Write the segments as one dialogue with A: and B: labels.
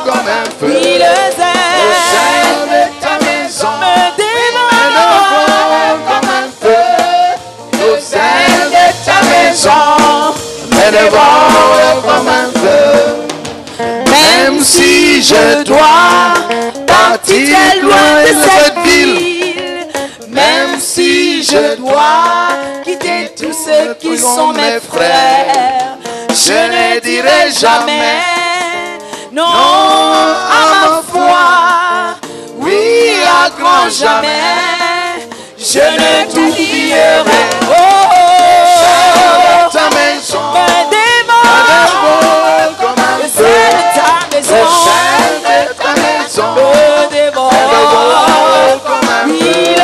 A: feu.
B: Pris le zèle,
A: Au sein de ta maison,
B: me
A: un
B: dévore
A: enfant comme un feu. Au sein de ta maison, me dévore comme un feu. Même si je dois
B: Parti très loin de cette
A: ville,
B: ville
A: même si je dois
B: quitter tous ceux qui sont mes frères Je ne dirai jamais Non à ma foi
A: oui à grand
B: Jamais Je ne t'oublierai Oh,
A: Au sein
B: oh,
A: de ta maison,
B: oh, me dévore
A: me dévore comme
B: Le
A: un
B: ciel
A: feu.
B: de ta
A: Au sein
B: maison
A: de ta maison,
B: me dévore
A: comme un
B: Il
A: feu.
B: les
A: Au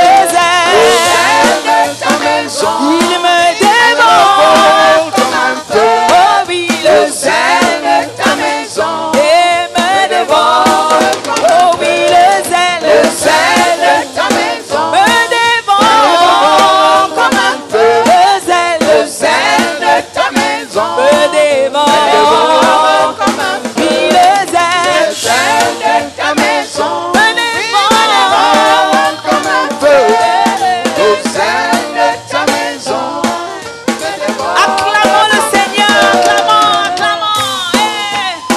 B: aime
A: sein de ta maison,
B: Il me
A: me
B: dévore
A: dévore comme un feu.
B: Oh oui, le
A: Au sein
B: zèle
A: de ta maison,
B: Et me dévore Oh oui, le zèle
A: au sein de ta maison,
B: Me dévore
A: comme un feu.
B: Le zèle
A: Au sein de ta maison,
B: Me dévore
A: comme un feu.
B: Oui, le
A: Au
B: zèle
A: sein de ta maison,
B: Me dévore
A: comme un feu. Au sein de ta maison, me dévore.
B: Acclamons le Seigneur, acclamons, acclamons. eh.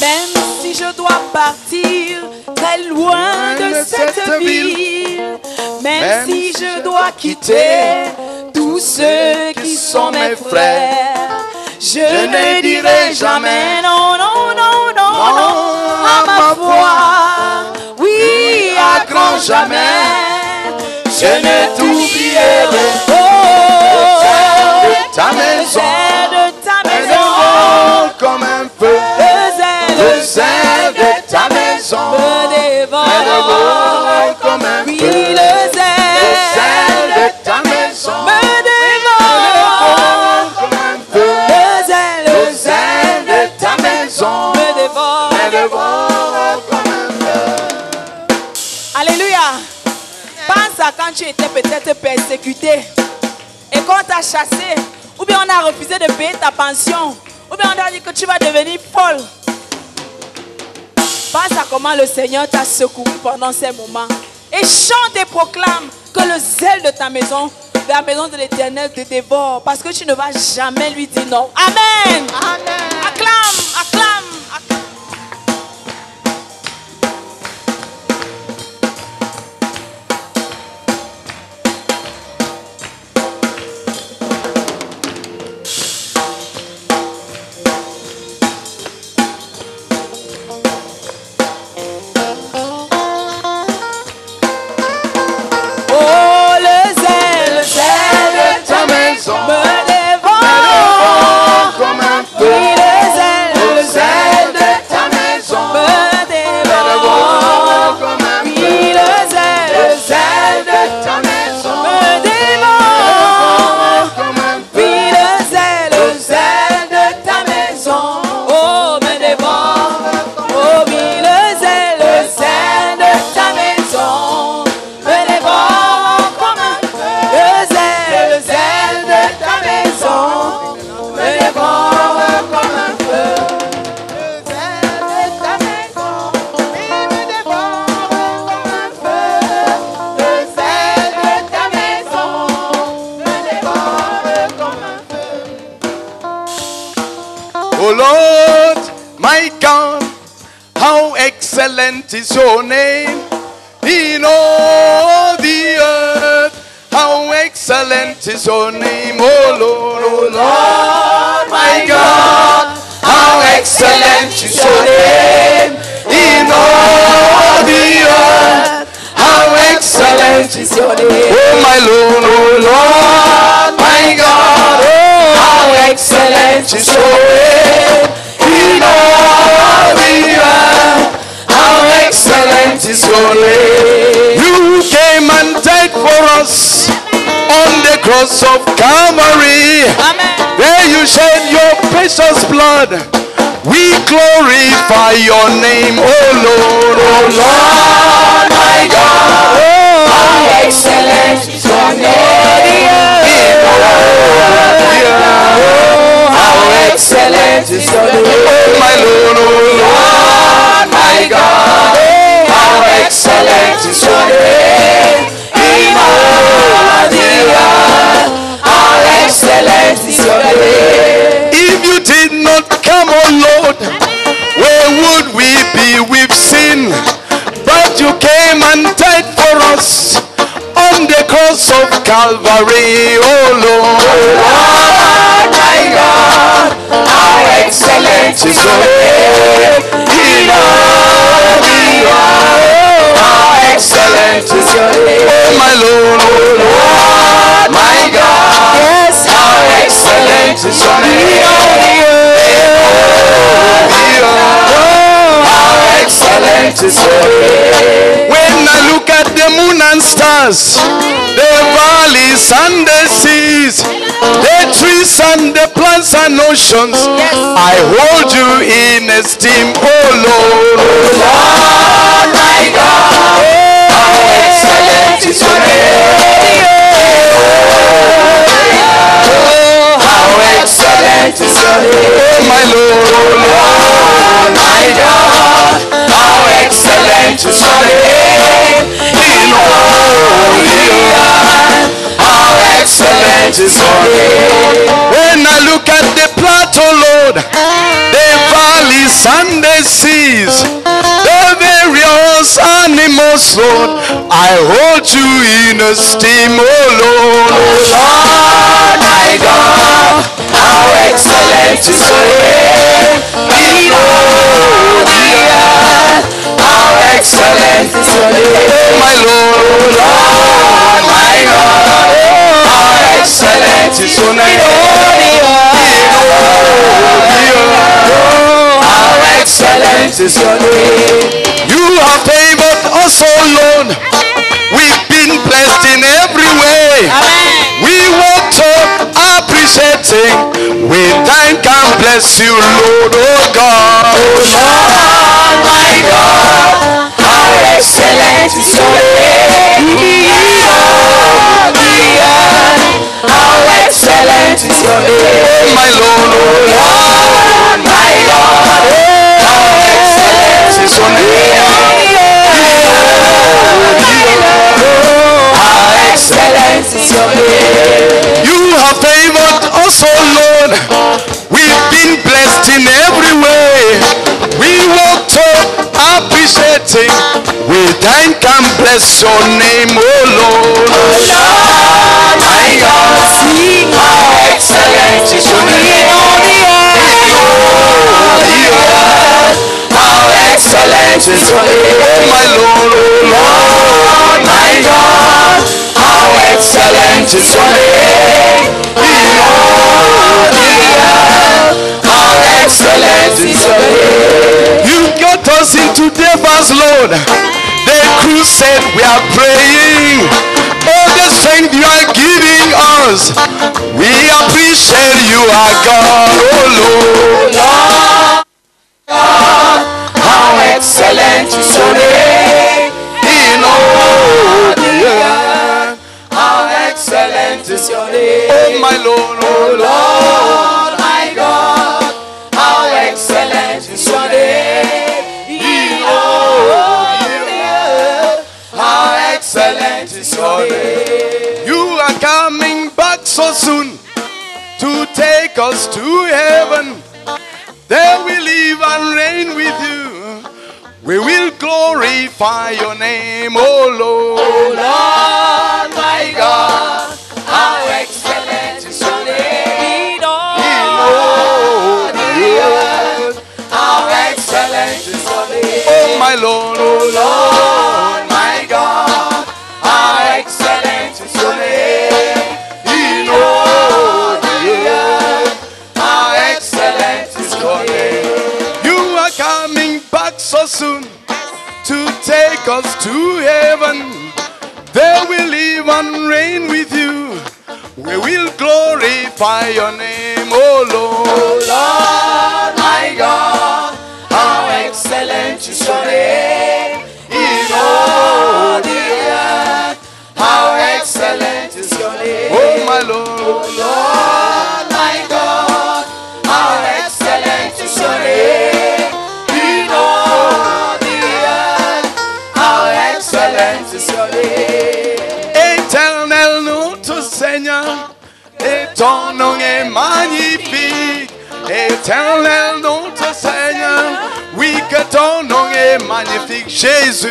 B: Même si je dois partir très loin de cette ville, même si je dois quitter tous ceux qui sont mes frères, je ne dirai jamais non, non, non, non, non à ma foi. Oui, à grand jamais, je ne t'oublierai. Oh,
A: Ta maison,
B: de ta
A: me
B: maison.
A: dévore comme un feu.
B: Le
A: Au sein de ta maison,
B: me dévore.
A: dévore comme un
B: Oui,
A: feu.
B: le
A: Au sein
B: zèle
A: de ta maison,
B: me dévore.
A: dévore comme un feu.
B: Le zèle,
A: Au sein de ta maison,
B: me dévore.
A: me dévore comme un feu.
B: Alléluia. Pense à quand tu étais peut-être persécuté et qu'on t'a chassé, ou bien on a refusé de payer ta pension, ou bien on t'a dit que tu vas devenir folle. Pense à comment le Seigneur t'a secouru pendant ces moments. Et chante et proclame que le zèle de ta maison, de la maison de l'éternel, te dévore parce que tu ne vas jamais lui dire non. Amen. Acclame, acclame, acclame. Oh, le zèle, le zèle
A: De ta maison,
B: me dévore.
A: dévore comme un feu.
B: Oui, le zèle,
A: Au
B: le
A: sein
B: zèle
A: de ta maison,
B: me
A: dévore
B: dévore.
A: comme un
B: Oui,
A: feu.
B: le zèle, le
A: Au sein
B: zèle
A: de ta maison,
B: me dévore.
A: dévore comme un
B: Oui,
A: feu.
B: le zèle, le
A: Au sein
B: zèle
A: de ta maison,
B: oh me dévore. Oh oui, le zèle, le zèle de ta maison me dévore comme un feu. Le zèle, le zèle de ta maison me dévore.
A: comme un feu. O Lord, my God, how excellent is your name in all the earth. How excellent is your name, O Lord, O Lord, my God. How excellent is your name in all the earth. How excellent is your name, O Oh, my Lord, O Lord, my God. Oh, how excellent is your name in all the earth. How excellent is your name. You came and died for us on the cross of Calvary.
B: Amen.
A: There you shed your precious blood. We glorify your name, oh Lord, oh Lord, my God. Oh,
B: Excellent is your name.
A: yeah.
B: How excellent is your name.
A: Oh, my Lord, oh Lord, my God. Oh, how excellent is your name in all the earth.
B: How excellent is your name.
A: If you did not come, O Lord, where would we be? We've sinned. But you came and died for us on the cross of Calvary, O Lord. my God, how excellent is your name in all the earth. How excellent is your name, oh my Lord, oh Lord, my God.
B: Yes,
A: How excellent is your name. How excellent is your name. When I look at the moon and stars, the valleys and the seas, the trees and the plants and oceans, I hold you in esteem, oh Lord. Lord, my God. How excellent is your name. Oh, how excellent is your name, oh my Lord, oh Lord, my God. How excellent is your name in all the earth. How excellent is your name. When I look at the plateau, Lord, the valleys and the seas, the various animals, Lord, I hold you in esteem, oh Lord. Oh Lord, my God, how excellent is your name in all the earth. How excellent is your name, oh my Lord, oh Lord, my God. How excellent is your name in all the earth. How excellent is your name. You have favored us, O Lord. We've been blessed in every way.
B: Amen.
A: We want to appreciate it. We thank and bless you, Lord, oh God. Oh Lord, my God, how excellent is your name. in all the earth. How excellent is your name. Oh my Lord, oh Lord, my God. How excellent is your name. How excellent is your name. You have favored us, O Lord. We've been blessed in every way. We want to appreciate it. We thank and bless your name, O Lord. O Lord, my God. How excellent is your name. How excellent is your name, oh my Lord, oh Lord, my God. How excellent is your name in all the earth. How excellent is your name. You got us into Devas, Lord. The crusade we are praying. Oh, the strength you are giving us. We appreciate you, our God, oh Lord. How excellent is your name in all the earth. How excellent is your name. Oh my Lord, oh Lord, my God. How excellent is your name in all the earth. How excellent is your name. You are coming back so soon to take us to heaven. There we live and reign with you. We will glorify your name, O Oh, Lord. O Lord, my God, how excellent is your name.
B: Need all
A: How excellent is your name. Oh, my Lord, O Lord, my God, how excellent is your name. In all the earth, how excellent is your name. You are coming back so soon to take us to heaven. There we live and reign with you. We will glorify your name, oh Lord.
B: Lord my God, how excellent is your name in all the earth. How excellent is your name,
A: Oh my Lord,
B: Lord Oh, my God. How excellent is your name in all the earth. How excellent is your name.
A: éternel notre Seigneur, et ton nom est magnifique. Éternel notre Seigneur, oui que ton nom est magnifique, Jésus.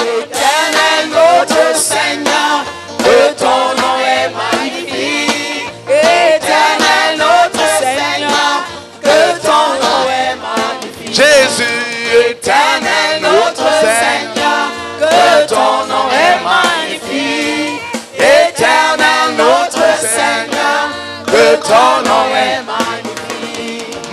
B: Éternel notre Seigneur, que ton nom est magnifique. Éternel notre Seigneur, que ton nom est magnifique.
A: Jésus,
B: Éternel notre Seigneur, que ton nom est magnifique. Éternel notre Seigneur, que ton nom est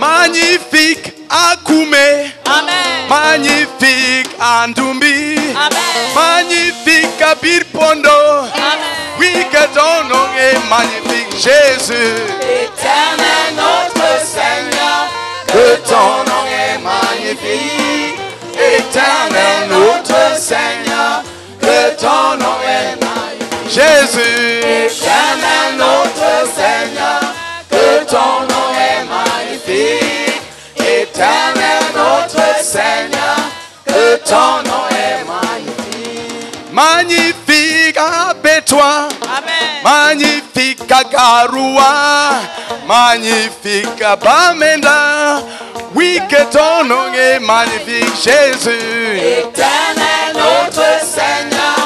B: magnifique.
A: magnifique Akoumé,
B: Amen.
A: magnifique Andoumbi,
B: Amen.
A: magnifique Kabir Pondo.
B: Amen.
A: Oui, que ton nom est magnifique, Jésus.
B: Éternel notre Seigneur, que ton nom est magnifique. Éternel notre Seigneur, que ton nom est magnifique.
A: Jésus,
B: Éternel notre Seigneur, que ton nom est magnifique. Éternel notre Seigneur, que ton nom est magnifique.
A: magnifique Abétois,
B: Amen.
A: magnifique à Garoua, magnifique à Bamenda. Oui, que ton nom est magnifique, Jésus.
B: Éternel notre Seigneur,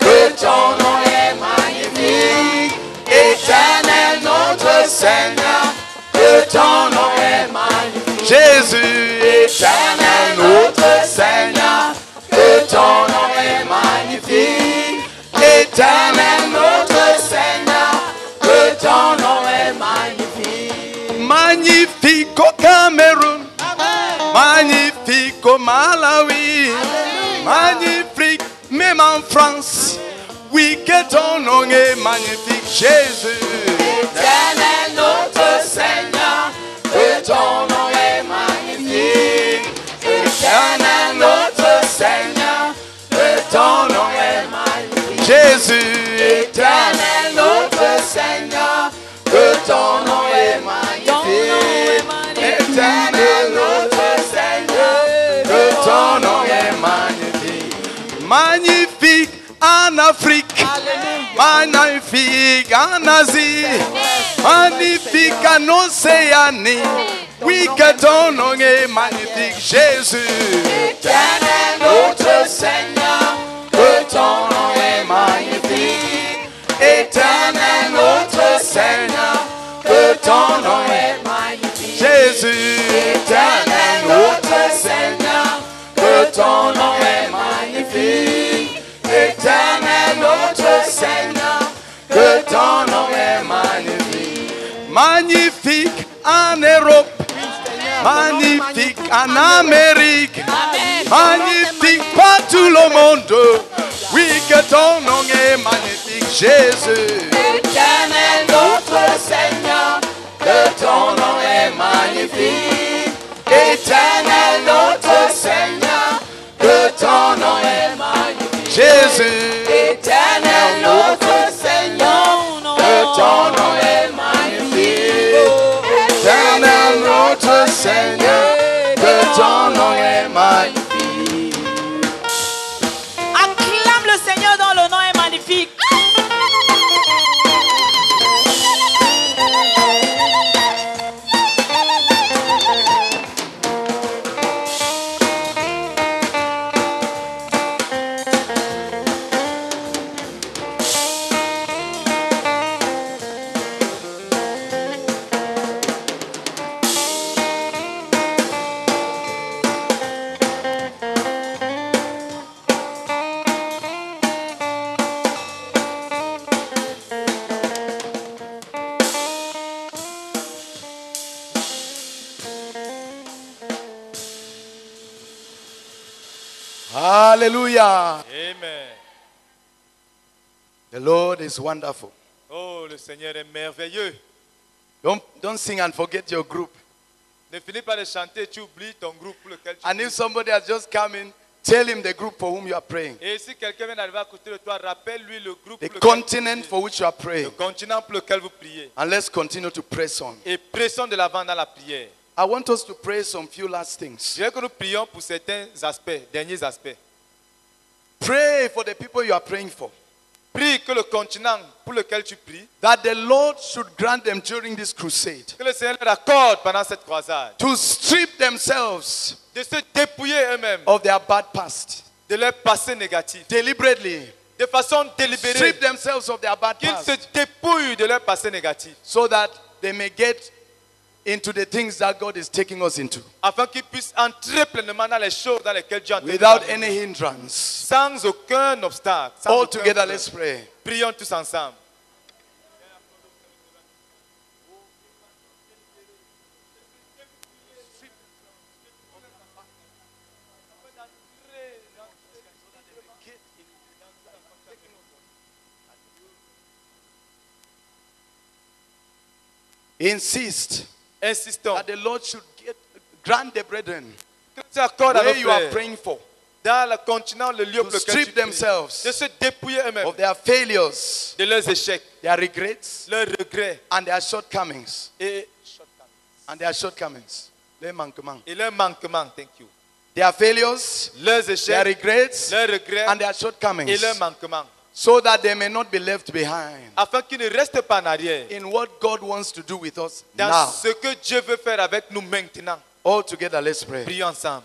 B: que ton nom est magnifique. Éternel notre Seigneur, que ton nom est magnifique.
A: Jésus,
B: Éternel notre Seigneur, que ton nom est magnifique. Éternel notre Seigneur, que ton nom est magnifique.
A: magnifique au Cameroun,
B: Amen.
A: magnifique au Malawi, magnifique même en France. Oui, que ton nom est magnifique, Jésus.
B: Éternel notre Seigneur, que ton nom est magnifique. Éternel notre Seigneur, que ton nom est magnifique.
A: Jésus,
B: Éternel notre Seigneur, que ton nom est magnifique. Éternel notre Seigneur, que ton nom est magnifique.
A: magnifique en Afrique, magnifique en Asie, magnifique en Océanie. Oui, que ton nom est magnifique, Jésus.
B: Éternel notre Seigneur, que ton nom est magnifique. Éternel notre Seigneur, que ton nom est magnifique.
A: Jésus,
B: Éternel notre Seigneur, que ton nom est magnifique. Éternel notre Seigneur, que ton nom est magnifique.
A: magnifique en Europe, magnifique en Amérique, magnifique partout le monde. Oui, que ton nom est magnifique, Jésus.
B: Éternel notre Seigneur, que ton nom est magnifique. Éternel notre Seigneur, que ton nom est magnifique.
A: Jésus,
B: Éternel notre Seigneur, que ton nom est magnifique. Éternel notre Seigneur, que ton nom est magnifique.
C: Acclame le Seigneur dont le nom est magnifique.
A: hallelujah.
D: Amen.
A: The Lord is wonderful.
D: Oh, Oh, le Seigneur est merveilleux.
A: Don't, don't sing and forget your group.
D: Ne finis pas de chanter, tu oublies ton groupe pour lequel tu
A: And if
D: pries.
A: somebody has just come in, tell him the group for whom you are praying,
D: Et si quelqu'un vient d'arriver à côté de toi, rappelle-lui le groupe
A: the
D: pour lequel
A: continent
D: vous priez.
A: for which you are
D: le
A: praying.
D: continent pour lequel vous priez.
A: And let's continue to press on.
D: Et pressons de l'avant dans la prière.
A: I want us to pray some few last
D: Je
A: things.
D: dirais que nous prions pour certains aspects, derniers aspects.
A: Pray for the people you are praying for.
D: Prie que le continent pour lequel tu pries,
A: That the Lord should grant them during this crusade
D: que le Seigneur leur accorde pendant cette croisade,
A: to strip themselves
D: de se dépouiller eux-mêmes
A: of their bad past.
D: de leur passé négatif,
A: Deliberately
D: de façon
A: strip
D: délibérée,
A: themselves of their bad
D: qu'ils
A: past
D: se dépouillent de leur passé négatif,
A: so that they may get into the things that God is taking us into
D: afin qu'ils puissent entrer pleinement dans les choses dans lesquelles Dieu a entendu
A: without
D: parler.
A: any hindrance.
D: sans aucun obstacle. sans
A: All
D: aucun
A: together,
D: obstacle.
A: let's pray.
D: Prions tous ensemble.
A: Insist
D: Insistons.
A: that the Lord should get, grant the brethren
D: Que tu accordes à nos
A: where you are
D: frères
A: praying for
D: dans le continent, le lieu
A: to
D: pour lequel
A: strip
D: tu pries,
A: themselves
D: de se dépouiller eux-mêmes
A: of their failures,
D: de leurs échecs,
A: their regrets,
D: leurs regrets
A: and their shortcomings.
D: et,
A: And their shortcomings. Les manquements.
D: et leurs manquements. Thank you.
A: Their failures,
D: Leurs
A: their
D: échecs,
A: regrets,
D: leurs regrets
A: and their
D: et
A: shortcomings.
D: leurs manquements,
A: So that they may not be left behind
D: afin qu'ils ne restent pas en arrière
A: in what God wants to do with us
D: dans
A: now.
D: ce que Dieu veut faire avec nous maintenant.
A: All together, let's pray.
D: Prions ensemble.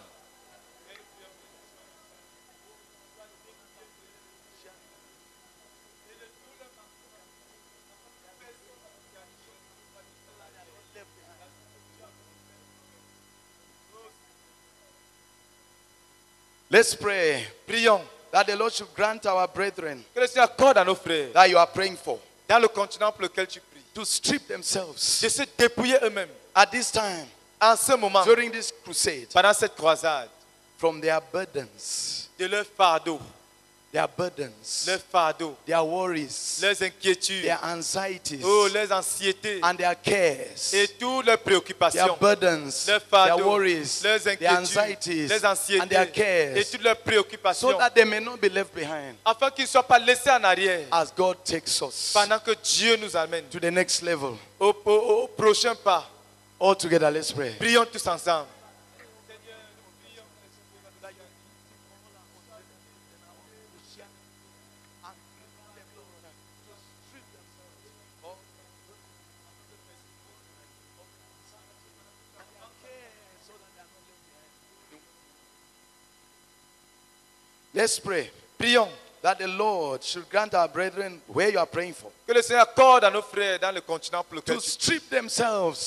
A: Let's pray
D: Prions
A: that the Lord should grant our brethren
D: que le Seigneur accorde à nos frères
A: that you are praying for
D: dans le continent pour lequel tu pries
A: to strip themselves
D: de se dépouiller eux-mêmes
A: at this time
D: en ce moment,
A: during this crusade
D: pendant cette croisade,
A: from their burdens,
D: de leurs fardeaux,
A: their burdens,
D: leurs fardeaux,
A: their worries,
D: leurs inquiétudes,
A: their anxieties,
D: oh, leurs anxiétés
A: and their cares,
D: et toutes leurs
A: their
D: préoccupations.
A: burdens,
D: leurs
A: their
D: fardeaux,
A: worries,
D: leurs
A: their
D: inquiétudes,
A: anxieties,
D: leurs
A: and their
D: anxiétés et
A: cares,
D: toutes leurs préoccupations,
A: so that they may not be left behind
D: afin qu'ils ne soient pas laissés en arrière
A: as God takes us
D: pendant que Dieu nous amène
A: to the next level.
D: au, au- au prochain pas.
A: All together, let's pray.
D: Prions tous ensemble.
A: Let's pray
D: Prions
A: that the Lord should grant our brethren where you are praying for
D: que le Seigneur accorde à nos frères dans le continent pour lequel
A: to
D: tu
A: strip
D: de se
A: themselves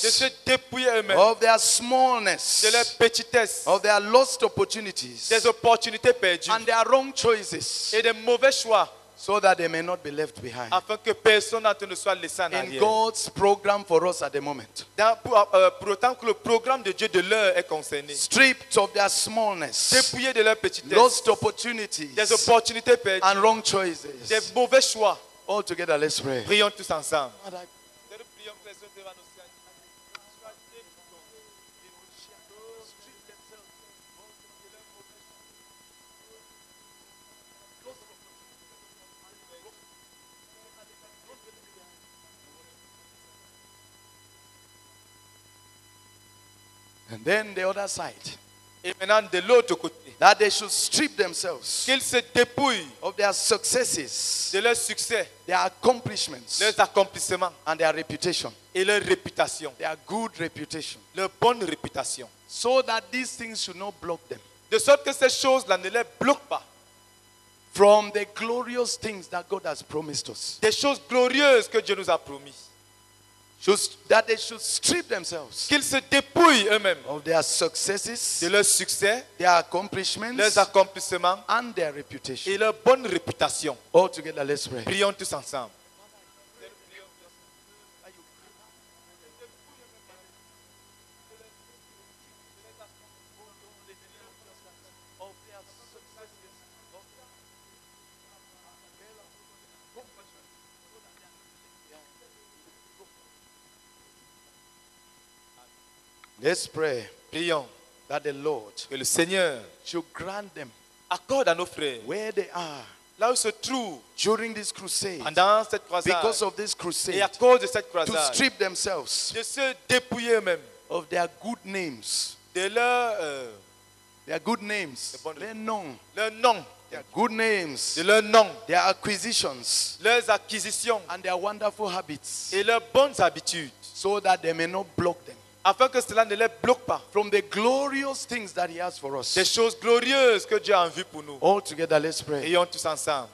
D: dépouiller eux-mêmes
A: of their
D: de leur
A: smallness,
D: petitesse,
A: of their lost opportunities,
D: des opportunités perdues
A: and their wrong choices,
D: et des mauvais choix,
A: so that they may not be left behind.
D: afin que personne d'entre eux ne soit laissé en
A: In
D: arrière.
A: God's program for us at the moment,
D: Dans- pour, euh, pour autant que le programme de Dieu de l'heure est concerné.
A: stripped of their smallness,
D: Dépouillés de leur petitesse,
A: lost opportunities,
D: des opportunités perdues,
A: and wrong
D: des
A: choices.
D: mauvais choix.
A: All together, let's pray.
D: Prions tous ensemble.
A: And then the other side,
D: Et maintenant, de l'autre côté,
A: that they should strip themselves
D: qu'ils se dépouillent
A: of their successes,
D: de leurs succès,
A: their accomplishments,
D: leurs accomplissements
A: and their reputation,
D: et leur réputation,
A: their good reputation,
D: leur bonne réputation.
A: so that these things should not block them
D: De sorte que ces choses-là ne les bloquent pas.
A: from the glorious things that God has promised us.
D: Des choses glorieuses que Dieu nous a promises.
A: Should, that they should strip themselves
D: Qu'ils se dépouillent eux-mêmes
A: of their
D: de
A: successes,
D: leurs succès,
A: their
D: leurs
A: accomplishments,
D: accomplissements
A: and their
D: et
A: reputation.
D: leur bonne réputation.
A: All together, let's pray.
D: Prions tous ensemble.
A: Let's pray
D: Prions
A: that the Lord
D: que le Seigneur
A: should grant them
D: accorde à nos frères,
A: where they are
D: là où se trouvent,
A: during this crusade,
D: pendant cette croisade,
A: because of this
D: et
A: crusade,
D: à cause de cette
A: to
D: croisade,
A: strip themselves
D: de se dépouiller eux-mêmes
A: of their good names.
D: de leur, euh,
A: Their good names,
D: bon-
A: their nom,
D: leur nom,
A: their good
D: de
A: names,
D: leur nom,
A: their acquisitions,
D: leurs acquisitions
A: and their wonderful habits,
D: et leurs bonnes habitudes,
A: so that they may not block them
D: afin que cela ne les bloque pas
A: from the glorious things that He has for
D: des
A: us.
D: choses glorieuses que Dieu a en vue pour nous.
A: All together, let's pray.
D: Ayons tous ensemble.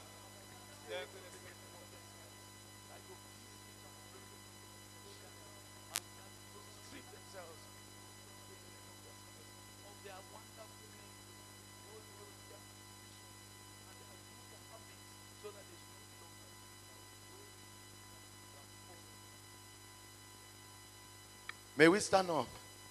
A: May we stand up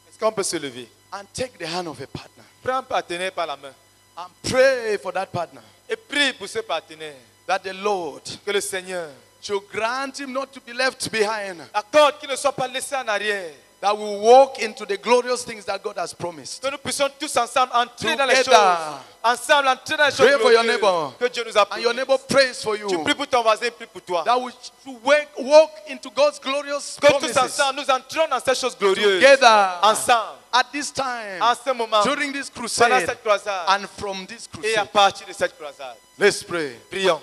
D: Est-ce qu'on peut se lever
A: and take the hand of a partner
D: Prends un partenaire par la main
A: and pray for that partner
D: et prie pour ce partenaire
A: that the Lord
D: que le Seigneur
A: should grant him not to be left behind,
D: accorde qu'il ne soit pas laissé en arrière.
A: that we walk into the glorious things that God has promised.
D: Que nous puissions tous ensemble entrer dans les choses.
A: Together.
D: Ensemble entrer dans les
A: Pray
D: choses
A: for your
D: glorieuses
A: neighbor.
D: que Dieu nous a
A: And your
D: promises.
A: neighbor prays for
D: Tu
A: you.
D: pries pour ton voisin, prie pour toi.
A: That we should wake, walk into God's glorious
D: Que tous
A: promises
D: ensemble, nous entrons dans ces choses glorieuses.
A: together
D: Ensemble,
A: at this time,
D: en ce moment,
A: during this
D: pendant
A: crusade,
D: cette croisade
A: and from this
D: et à
A: crusade.
D: partir de cette croisade.
A: Let's pray.
D: Prions.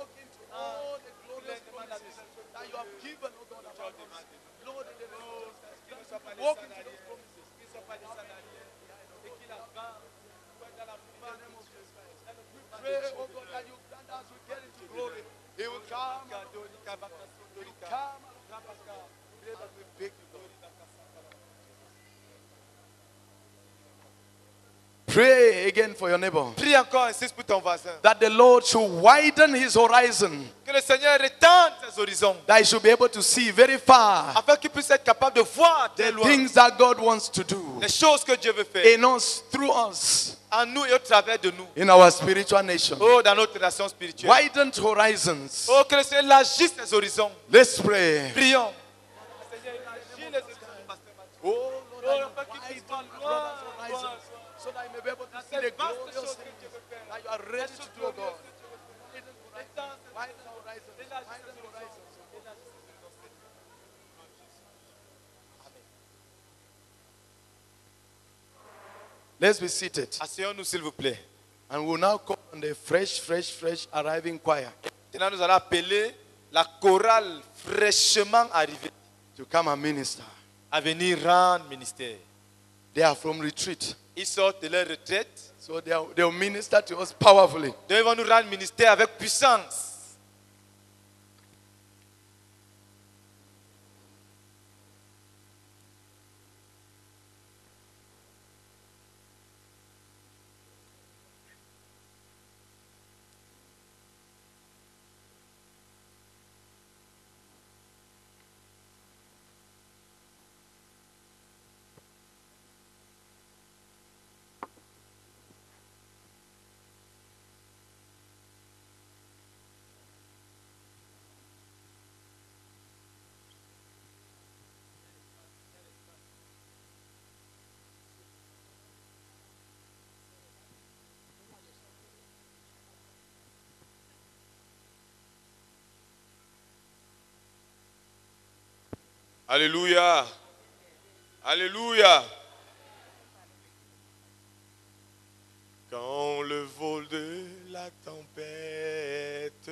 A: Walk into all the glorious promises that you have given, O God, about us. Lord, in the name of Jesus, walk into those promises. Pray, O God, that you grant us to get into glory. He will come. He will come. Pray that we beg you, Lord. Pray again for your neighbor.
D: Prie encore, insiste pour ton voisin.
A: That the Lord should widen his horizon,
D: Que le Seigneur étende ses horizons
A: that he should be able to see very far
D: afin qu'il puisse être capable de voir très
A: the
D: loin
A: things that God wants to do
D: les choses que Dieu veut faire
A: in us, through us,
D: en nous et au travers de nous.
A: in our spiritual nation.
D: Oh, dans notre relation spirituelle.
A: Widened horizons.
D: Oh, que le Seigneur élargisse les horizons.
A: Let's pray.
D: Prions. Le Seigneur élargit les horizons de Pasteur Mathieu.
A: Oh, Lord,
D: Oh,
A: I
D: Papa,
A: widen
D: keep us
A: our
D: on
A: brothers'
D: loin,
A: horizons,
D: loin.
A: so that you may be able to see
D: Cette
A: the
D: vaste
A: glorious
D: chose
A: things
D: que Dieu veut faire.
A: that you are ready to do, O God.
D: Étends ses
A: Widen horizons. Widen horizons. Let's be seated.
D: Asseyons-nous, s'il vous plaît.
A: And we'll now call on the fresh, fresh, fresh arriving choir
D: Maintenant, nous allons appeler la chorale fraîchement arrivée
A: to come and minister.
D: à venir rendre ministère.
A: They are from retreat,
D: Ils sortent de leur retraite.
A: so they are, they'll minister to us powerfully.
D: Dieu va nous rendre ministère avec puissance. Alléluia. Alléluia. Quand le vol de la tempête